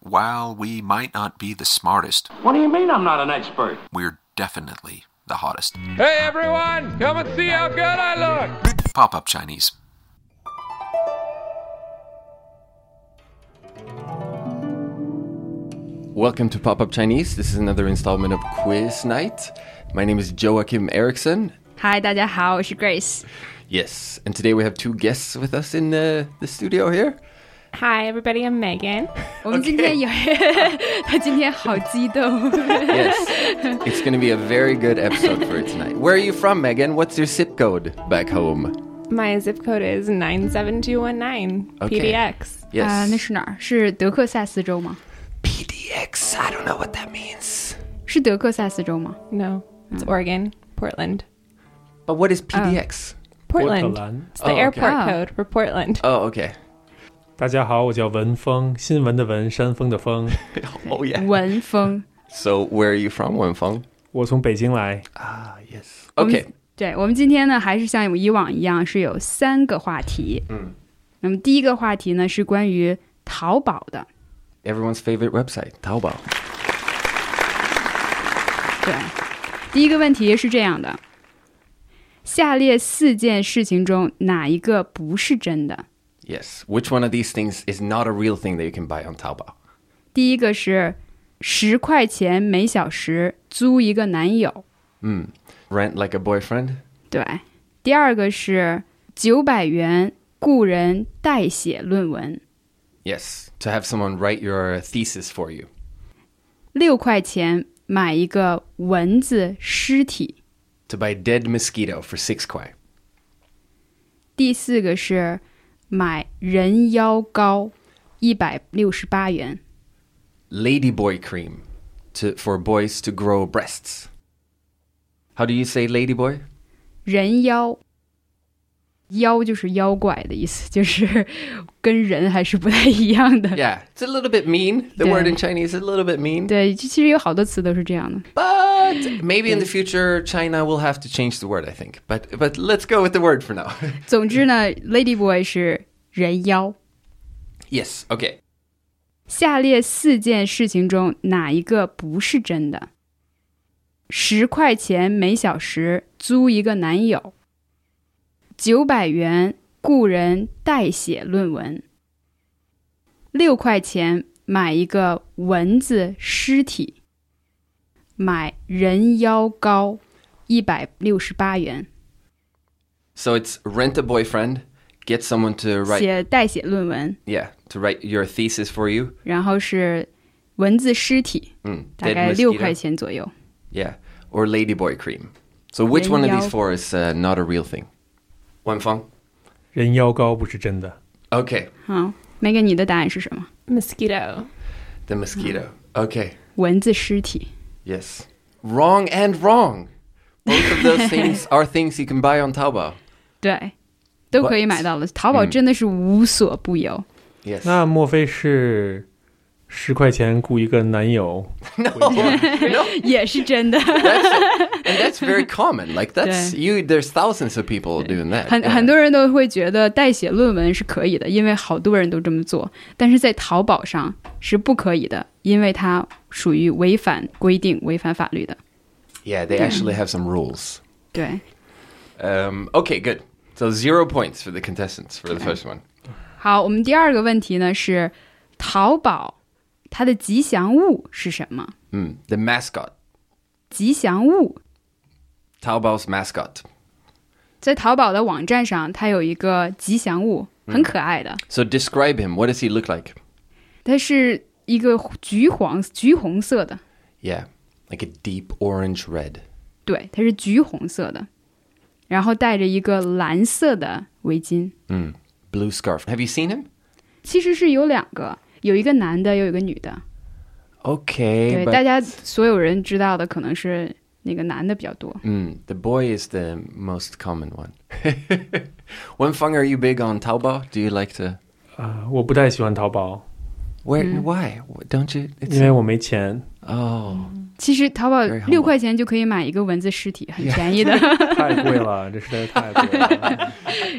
While we might not be the smartest, What do you mean I'm not an expert? we're definitely the hottest. Hey everyone, come and see how good I look! Pop up Chinese. Welcome to Pop Up Chinese. This is another installment of Quiz Night. My name is Joachim Erickson. 嗨，大家好，我是 Grace。 Yes, and today we have two guests with us in uh, the studio here. Hi, everybody. I'm Megan. 我们今 天有他今天好激动。 Yes, it's going to be a very good episode for tonight. Where are you from, Megan? What's your zip code back home? My zip code is 97219 Okay. PDX. 啊、 Yes. 那是哪儿？是德克萨斯州吗？ PDX. I don't know what that means. 是德克萨斯州吗？ No, it's Hmm. Oregon, Portland. But what is PDX? Portland. Portland. It's Oh, the okay. airport Oh. code for Portland. Oh, okay. 大家好，我叫文峰，新闻的文，山峰的峰。 Oh, yeah. 文峰。 So, where are you from, Wenfeng? 我从北京来， Ah, yes. 我们 Okay. 对我们今天呢，还是像以往一样，是有三个话题。嗯，那么第一个话题呢是关于淘宝的。 Everyone's favorite website, Taobao. 对，第一个问题是这样的：下列四件事情中哪一个不是真的？ Yes. Which one of these things is not a real thing that you can buy on Taobao? 第一个是十块钱每小时租一个男友， Mm. Rent like a boyfriend? 对；第二个是九百元雇人代写论文， Yes. To have someone write your thesis for you. 六块钱买一个蚊子尸体， To buy dead mosquito for six kwai. 第四个是买人妖膏，一百六十八元。 Ladyboy cream to, for boys to grow breasts. How do you say ladyboy? 人妖，妖就是妖怪的意思，就是跟人还是不太一样的。 Yeah. It's a little bit mean. The Yeah. word in Chinese is a little bit mean. 对，其实有好多词都是这样的。 But maybe in the future, China will have to change the word, I think. But, but let's go with the word for now. 总之呢，Lady Boy 是人妖。 yes. Okay. 下列四件事情中哪一个不是真的？十块钱每小时租一个男友，九百元雇人代写论文，六块钱买一个蚊子尸体，买人妖膏一百六十八元， So it's rent a boyfriend, get someone to write, 写代写论文， yeah, to write your thesis for you. 然后是蚊子尸体， Mm, 大 dead 概六块 mosquito. 钱左右。 Yeah, or ladyboy cream. So which one of these Rengao. four is uh, not a real thing? Wenfeng. 人妖高不是真的。 Okay, 好，梅嗯根，你的答案是什么？ Mosquito. the mosquito. Okay, 蚊子尸体。 yes. Wrong and wrong. Both of those things are things you can buy on Taobao. 对，都可以 What？买到了。淘宝真的是无所不有。 Yes. 那莫非是十块钱雇一个男友？ 也是真的， And that's very common. Like that's Yeah. you. There's thousands of people doing that. 很 yeah. 很多人都会觉得代写论文是可以的，因为好多人都这么做。但是在淘宝上是不可以的，因为它属于违反规定、违反法律的。 Yeah, they actually have some rules. 对， Um, okay, good. So zero points for the contestants for the first one. 好，我们第二个问题呢是淘宝它的吉祥物是什么？ Mm, the mascot, 吉祥物 Taobao's mascot. 在淘宝的网站上，它有一个吉祥物，很可爱的。 So describe him. What does he look like? 它是一个橘黄、橘红色的， Yeah, like a deep orange red. 对，它是橘红色的，然后戴着一个蓝色的围巾。 Mm. Blue scarf. Have you seen him? 其实是有两个，有一个男的，有一个女的。 Okay, 对，大家所有人知道的可能是那个男的比较多。 Mm, the boy is the most common one. Wenfeng, are you big on Taobao? Do you like to? 啊、我不太喜欢淘宝， Where? Why? Don't you? It's, 因为我没钱， Oh, 其实淘宝 Very humble 六块钱就可以买一个蚊子尸体，很便宜的；太 贵了，这实在是太贵了。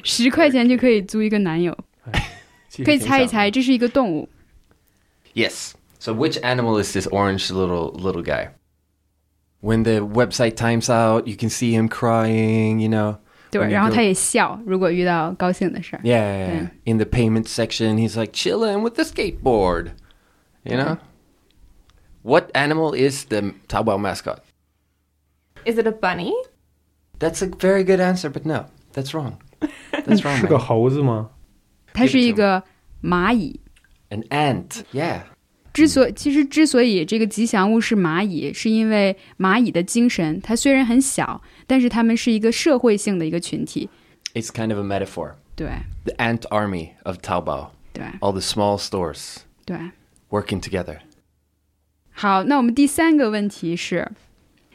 十块钱就可以租一个男友。其实可以挺猜一想的猜，这是一个动物， yes. So which animal is this orange little little guy? When the website times out, you can see him crying, you know. 对， When you 然后 go- 他也笑，如果遇到高兴的事儿。 Yeah, yeah, yeah. In the payment section, he's like chilling with the skateboard. You know? What animal is the Taobao mascot? Is it a bunny? That's a very good answer, but no, that's wrong. That's wrong. 是个 man. 猴子吗？嗯它是一个蚂蚁。 An ant. Yeah. 之所其实之所以这个吉祥物是蚂蚁，是因为蚂蚁的精神，它虽然很小，但是它们是一个社会性的一个群体。 It's kind of a metaphor. 对 The ant army of Taobao. 对 All the small stores 对， working together. 好，那我们第三个问题是，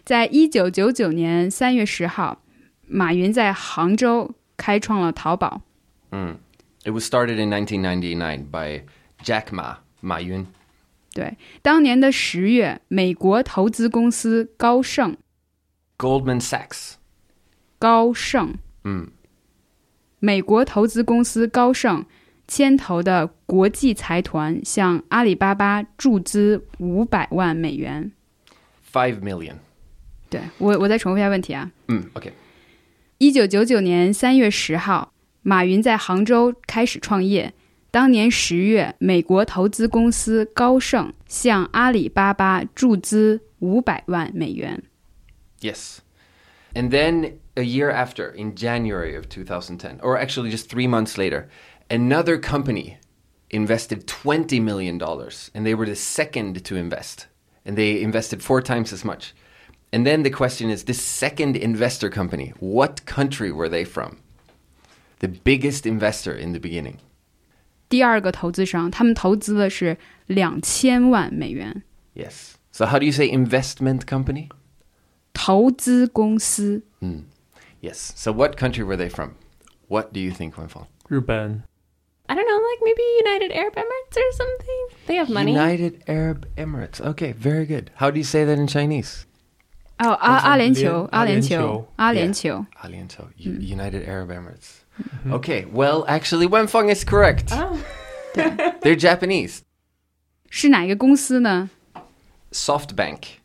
在一九九九年三月十号，马云在杭州开创了淘宝。 It was started in 1999 by Jack Ma, Ma Yun. 对，当年的十月，美国投资公司高盛 Goldman Sachs. Mm. 高盛，嗯，美国投资公司高盛牵头的国际财团向阿里巴巴注资五百万美元。 5 million. 对我，我再重复一下问题啊。 Mm, okay. 一九九九年三月十号，马云在杭州开始创业。当年十月，美国投资公司高盛向阿里巴巴注资五百万美元。 Yes. And then a year after, in January of 2010, or actually just three months later, another company invested $20 million and they were the second to invest. And they invested four times as much. And then the question is this second investor company, what country were they from? The biggest investor in the beginning. 第二个投资商，他们投资的是两千万美元。 Yes. So how do you say investment company? Hmm. 投资公司 Yes. So what country were they from? What do you think, Wenfang? 日本 I don't know, like maybe United Arab Emirates or something. They have money. United Arab Emirates. Okay, very good. How do you say that in Chinese? 哦，阿阿联酋联，阿联联酋酋，阿联酋。 Alianto, U- United Arab Emirates. Okay, well, actually, Wenfeng is correct. Oh. They're Japanese. 是哪一个公司呢？ SoftBank.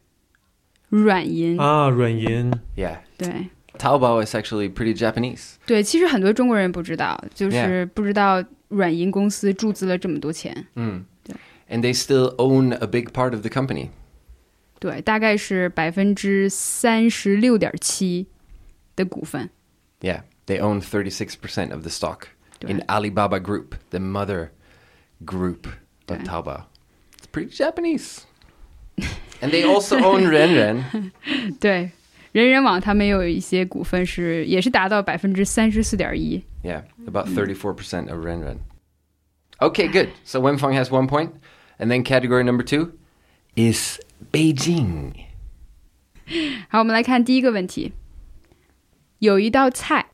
软银。啊，软银 Yeah. 对 Taobao is actually pretty Japanese. 对，其实很多中国人不知道，就是 Yeah 不知道软银公司注资了这么多钱。 And they still own a big part of the company. 对，大概是百分之三十六点七的股份。 Yeah, they own 36% of the stock in Right. Alibaba Group, the mother group of Right. Taobao. It's pretty Japanese. and they also own Renren. 对，人人网他们有一些股份是也是达到百分之三十四点一。 Yeah, about 34% of Renren. Okay, good. So Wenfeng has one point. And then category number two is Beijing. 好，我们来看第一个问题。有一道菜，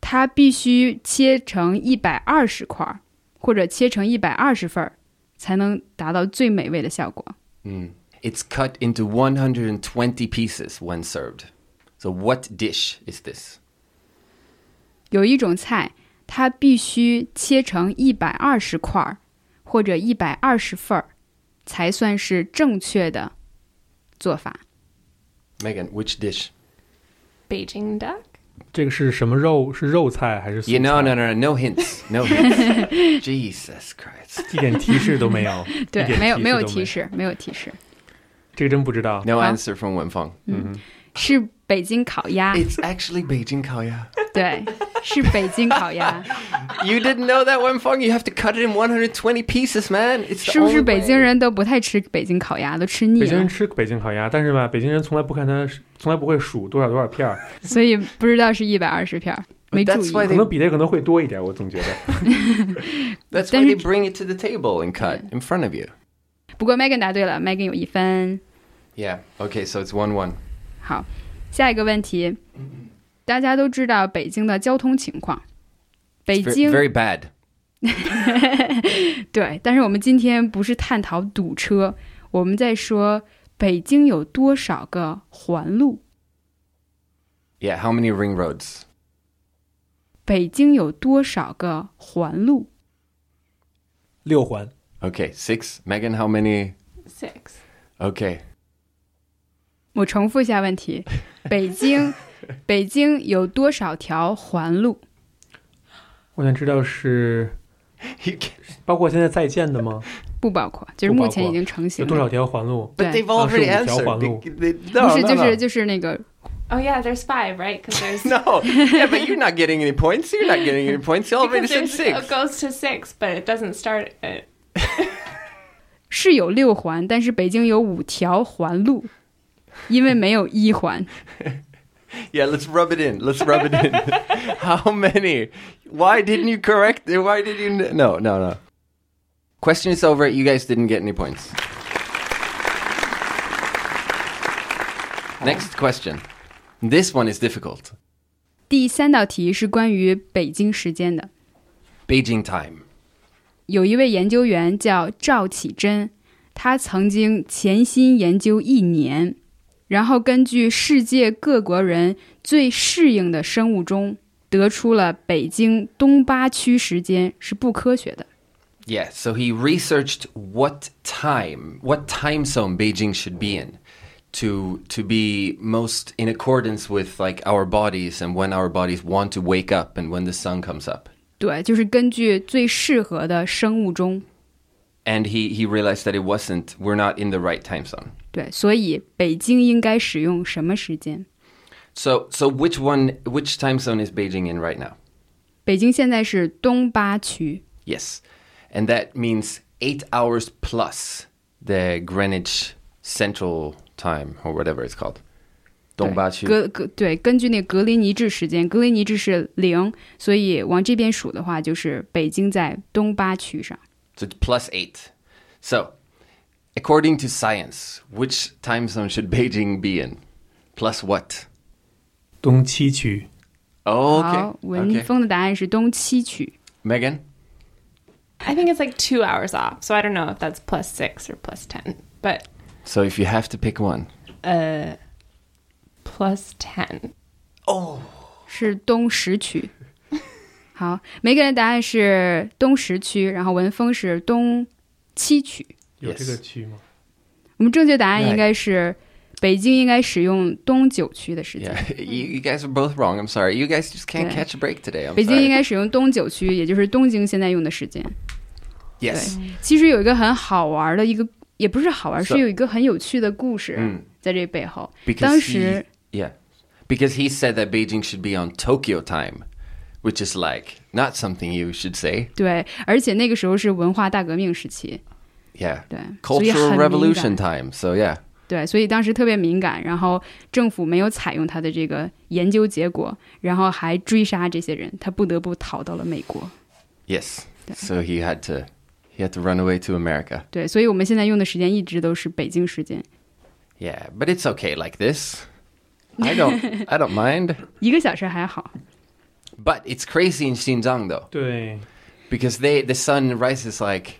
它必须切成一百二十块儿，或者切成一百二十份儿，才能达到最美味的效果。 Mm. It's cut into 120 pieces when served. So what dish is this? 有一种菜，它必须切成一百二十块儿，或者一百二十份儿，才算是正确的做法。，Megan, which dish? Beijing duck. 这个是什么肉？是肉菜还是素 You know, 菜 no, no, no, no hints. No hints. Jesus Christ. 一点提示都没有 对一，点没有没有都提，示，没有提示，这个真不知道。 No answer from Wenfeng. 是北京烤 鸭， It's actually Beijing Kaoya. 对，是北京烤鸭。 You didn't know that, Wenfeng? You have to cut it in 120 pieces, man. It's the 是不是 only 北 way. 京人都不太吃北京烤鸭，都吃腻北京了人，吃北京烤鸭，但是吧，北京人从来不看它，从来不会数多少多少片儿，所以不知道是一百二十片儿，没注 That's 意 why。可 they 能比这可能会多一点，我总觉得。 That's Then why they it- bring it to the table and cut in front of you. 不过 Megan 答对了，Megan 有一分。 Yeah. Okay, so it's 1 1. 好，下一个问题，大家都知道北京的交通情况，北 Very, 京 very bad. 对，但是我们今天不是探讨堵车，我们在说北京有多少个环路， Yeah, how many ring roads? 北京有多少个环路？六环 Okay, six. Megan, how many Six. Okay. 我重复一下问题：北京， 北京有多少条环路？我想知道是 You can't, 包括现在在建的吗？不包括，就是目前已经成型了。有多少条环路？对 but they've already Ah, 是五条 answered. 环路。 They- they- no, 不是， no, 就 no. 是就是那个 Oh yeah, there's five, right? Because there's No, yeah, but you're not getting any points. You're not getting any points. You already because said there's, six. it goes to six, but it doesn't start. At, 是有六环，但是北京有五条环路，因为没有一环。 Yeah, let's rub it in. Let's rub it in. How many? Why didn't you correct? Why did you? n- No, no, no. Question is over. You guys didn't get any points. Next question. This one is difficult. 第三道题是关于北京时间的。 Beijing time. 有一位研究员叫赵启珍，他曾经潜心研究一年，然后根据世界各国人最适应的生物钟，得出了北京东八区时间是不科学的。 Yeah, so he researched what time, what time zone Beijing should be in to to be most in accordance with like our bodies and when our bodies want to wake up and when the sun comes up. 对，就是根据最适合的生物钟。 And he he realized that it wasn't we're not in the right time zone. 对，所以北京应该使用什么时间？ So so which one which time zone is Beijing in right now? 北京现在是东八区， Yes. And that means 8 hours plus the Greenwich Central time or whatever it's called. 对东八区格格对，根据那格林尼治时间，格林尼治是零，所以往这边数的话，就是北京在东八区上。 So it's plus eight. So, according to science, which time zone should Beijing be in? Plus what? 东七区 Oh, 好，文 okay. okay. 峰的答案是东七区。 Megan? I think it's like two hours off, so I don't know if that's plus six or plus ten, but So, if you have to pick one, uh, plus ten. 是东十区。 好，每个人答案是东十区，然后文峰是东七区。有这个 Yes. 区吗？我们正确答案 Right. 应该是北京应该使用东九区的时间。 yeah, you, you guys are both wrong. I'm sorry. You guys just can't Yeah. catch a break today. I'm 北京 sorry. 应该使用东九区，也就是东京现在用的时间。 yes. 其实有一个很好玩的一个，也不是好玩， So- 是有一个很有趣的故事嗯在这背后。当 Because 时 he, yeah, because he said that Beijing should be on Tokyo time, which is like not something you should say. 对，而且那个时候是文化大革命时期， Yeah. 对，所以很 Cultural 敏 revolution 感。 time. So yeah. 对，所以当时特别敏感，然后政府没有采用他的这个研究结果，然后还追杀这些人，他不得不逃到了美国。 Yes. So he had to he had to run away to America. 对，所以我们现在用的时间一直都是北京时间， Yeah, but it's okay like this. I don't I don't mind. 一个小时还好。 But it's crazy in Xinjiang though 对， because they the sun rises like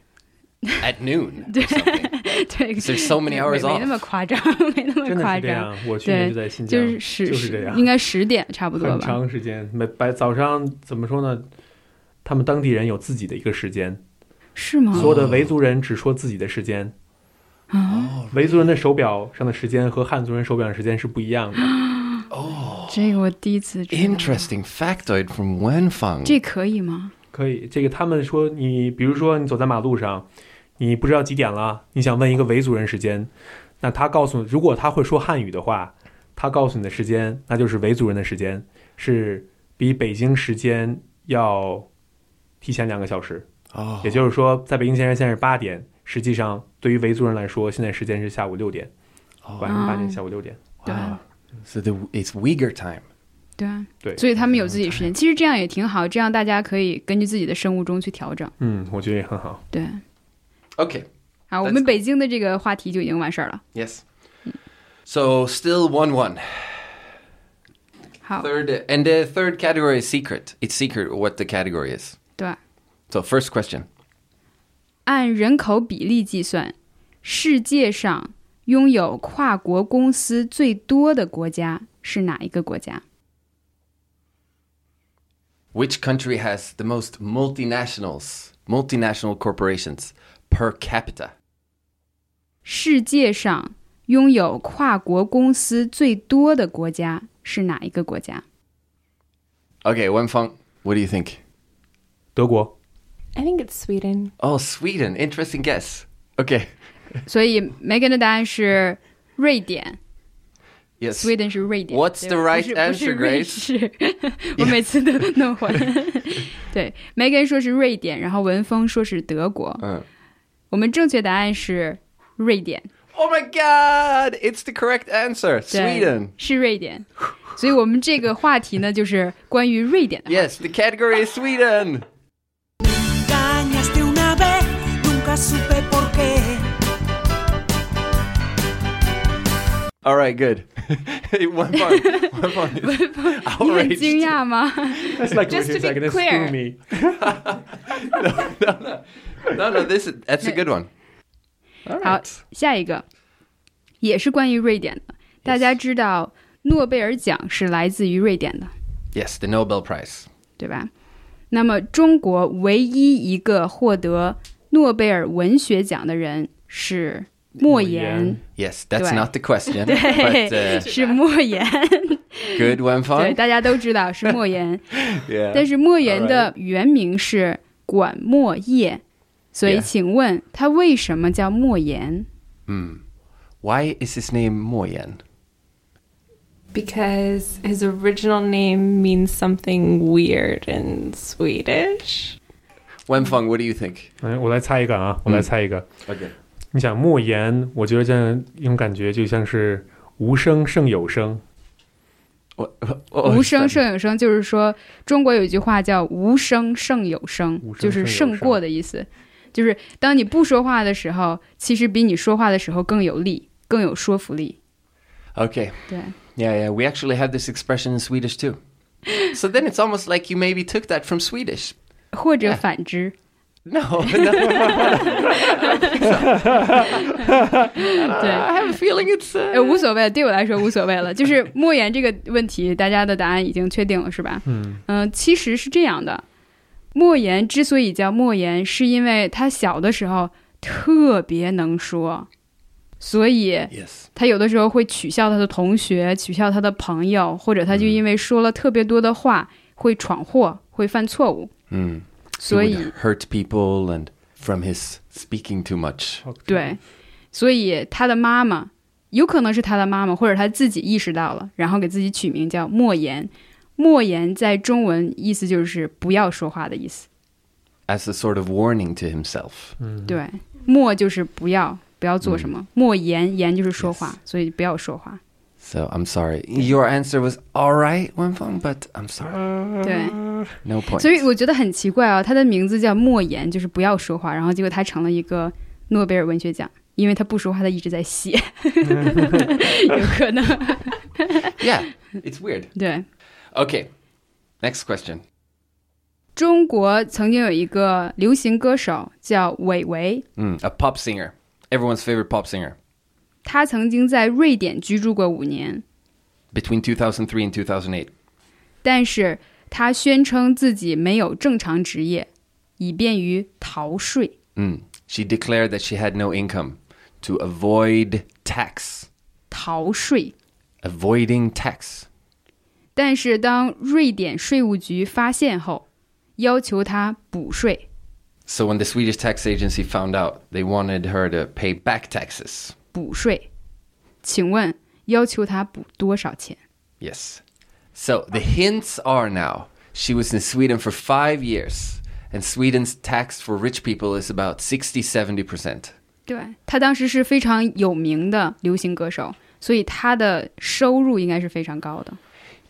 at noon or something. 对 So there's so many hours 没 off. 没那么夸张， 没那么真的夸是这张样。。我去年对就在新，疆，就就是十这样应，该十点差不多很吧。长时间。每白早上怎么说呢？他们当地人有自己的一个时间，是哦吗？所有的维族人只说自己的时间。哦维族人的手表上的时间和汉族人手表上的时间是不一样的。这个我第一次知道。 Interesting factoid from Wenfang. 这可以吗？可以，这个他们说你，比如说你走在马路上，你不知道几点了，你想问一个维族人时间，那他告诉，如果他会说汉语的话，他告诉你的时间，那就是维族人的时间，是比北京时间要提前两个小时。哦也就是说，在北京时间现在是八点，实际上对于维族人来说，现在时间是下午六点，晚上八啊点，下午六点。对 So the it's Uyghur time. 对啊，对所以他们有自己时间，其实这样也挺好，这样大家可以根据自己的生物钟去调整。嗯，我觉得也很好。对， Okay. 好，我 That's 们 cool 北京的这个话题就已经完事儿了。 Yes. So still 1-1. 好， Third and the third category is secret. It's secret what the category is. 对吧， So first question. 按人口比例计算，世界上拥有跨国公司最多的国家是哪一个国家？ Which country has the most multinationals, multinational corporations per capita? 世界上拥有跨国公司最多的国家是哪一个国家？ Okay, Wenfeng, what do you think? 德 国。 I think it's Sweden. Oh, Sweden. Interesting guess. Okay. 所以 Megan 的答案是瑞典 Yes. ，Sweden 是瑞典。 What's 对 the right 不是 answer, 不 Grace? 是瑞士， 我每次都弄混。对，Megan 说是瑞典，然后文峰说是德国。嗯，我们正确答案是瑞典。 Oh my God! It's the correct answer. 对 Sweden. 是瑞典，所以我们这个话题呢，就是关于瑞典的话题。 Yes, the category is Sweden. engañaste una vez, nunca supe por qué. All right, good. one point. One point. 你很 Outraged. 惊讶吗？ That's like Just to it's like be gonna clear. screw me. No, no, this is, that's a good one. All 好 right.，下一个也是关于瑞典的。大家知道诺贝尔奖是来自于瑞典的， Yes, the Nobel Prize. 对吧？那么中国唯一一个获得诺贝尔文学奖的人是莫言， Yes, that's Right. not the question. but uh, 是莫言， good, Wenfeng. 对，大家都知道是莫 言。 Yeah. 但是莫言的原名是管莫叶，所以 Yeah. 请问他为什么叫莫言？ Why is his name Moyen? Because his original name means something weird in Swedish. Wenfeng, what do you think? 嗯，我来猜一个啊，我来猜一个。 Okay. 你想莫言，我觉得这样一种感觉就像是无声胜有声。 What, 无声胜有声，哦就是说中国有一句话叫“无声胜有声无”，声就是胜过的意思。就是当你不说话的时候，其实比你说话的时候更有力，更有说服力。 Okay. 对， Yeah, yeah. We actually have this expression in Swedish too. So then it's almost like you maybe took that from Swedish. 或者 Yeah. 反之， No, no. 对， I have a feeling it's. 呃， Uh, 无所谓，对我来说无所谓 了。就是莫言这个问题，大家的答案已经确定了，是吧？嗯其实是这样的，莫言之所以叫莫言，是因为他小的时候特别能说，所以 yes. 他有的时候会取笑他的同学，取笑他的朋友，或者他就因为说了特别多的话，会闯祸，会犯错误。 Mm. 所 He 以 would hurt people and from his speaking too much. 对，所以他的妈妈有可能是他的妈妈，或者他自己意识到了，然后给自己取名叫莫言。莫言在中文意思就是不要说话的意思。 As a sort of warning to himself. 对，莫就是不要，不要做什么。莫言言就是说话，所以不要说话。 So I'm sorry. Your answer was all right, Wenfeng, but I'm sorry. 对， No point. 所以我觉得很奇怪啊，他的名字叫莫言，就是不要说话，然后结果他成了一个诺贝尔文学奖。因为他不说话，他一直在写，有可能。 Yeah, it's weird. 对， Okay. Next question. 中国曾经有一个流行歌手叫韦唯， Mm, a pop singer. Everyone's favorite pop singer. 他曾经在瑞典居住过五年， Between 2003 and 2008. 但是他宣称自己没有正常职业，以便于逃税。 Mm. She declared that she had no income to avoid tax. 逃税。 Avoiding tax. 但是当瑞典税务局发现后，要求他补税。 So when the Swedish tax agency found out, they wanted her to pay back taxes. 补税，请问要求他补多少钱？ Yes. So the hints are now she was in Sweden for five years, and Sweden's tax for rich people is about 60 70%. 对他当时是非常有名的流行歌手，所以他的收入应该是非常高的。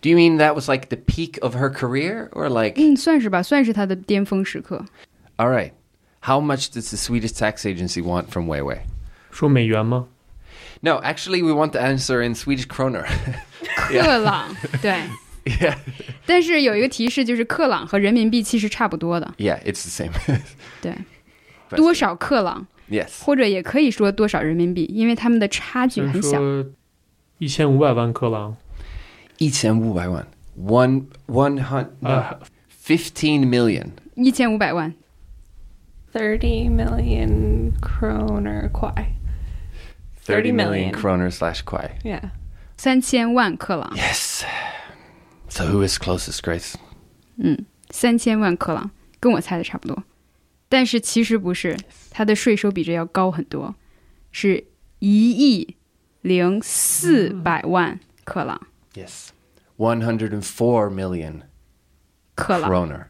Do you mean that was like the peak of her career? Or like, 嗯，算是吧，算是他的巅峰时 刻。 all right, how much does the Swedish tax agency want from Weiwei? 说美元吗？ No, actually, we want the answer in Swedish kroner. 啊克朗， 对。但是有一个提示，就是克朗和人民币其实差不多的， yeah, it's the same. 对， But- 多少克朗， Yes. 或者也可以说多少人民币，因为他们的差距就是很小。说一千五百万克朗， 1500万. One, one hun- no, 15 million. 一千五百万， 30 million kroner kwai. 30 million 30 million. kroner slash kwai. Yeah. 三千万克朗， Yes. So who is closest, Grace? 三千万克朗，跟我猜的差不多，但是其实不是，它的税收比这要高很多，是一亿零四百万克朗， Yes. 104 million 克朗， kroner.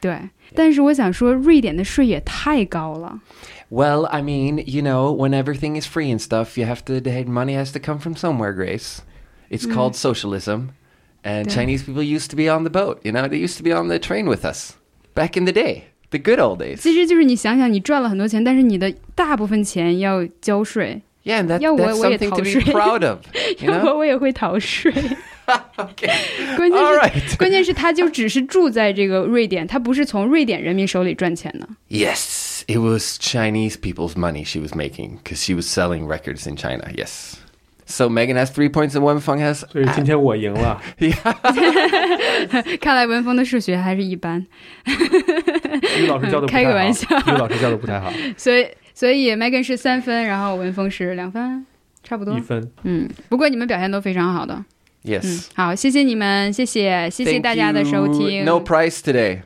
对。但是我想说，瑞典的税也太高了， Well, I mean, you know, when everything is free and stuff, you have to, the money has to come from somewhere, Grace. It's called socialism. And Chinese people used to be on the boat, you know, they used to be on the train with us back in the day, the good old days. 其实就是你想想，你赚了很多钱，但是你的大部分钱要交税， Yeah, and that, Yeah, that's well, we had something to be Taoshi. proud of, you 要不 know? 我也会逃税。 okay. 关键 All 是 right. 关键是他就只是住在这个瑞典，他不是从瑞典人民手里赚钱的。 Yes, it was Chinese people's money she was making because she was selling records in China. Yes. So Megan has three points and Wenfeng has. 所哎以今天我 赢了，看来文峰的数学还是一般，英语老师教的不开太好，个玩笑英语老师教的不太 好，所以所以 Megan 是三分，然后文峰是两分，差不多一。分。嗯，不过你们表现都非常好的。 Yes. Mm. 嗯，好，谢谢你们，谢谢谢谢 Thank 大家的收 you. 听。 No prize today.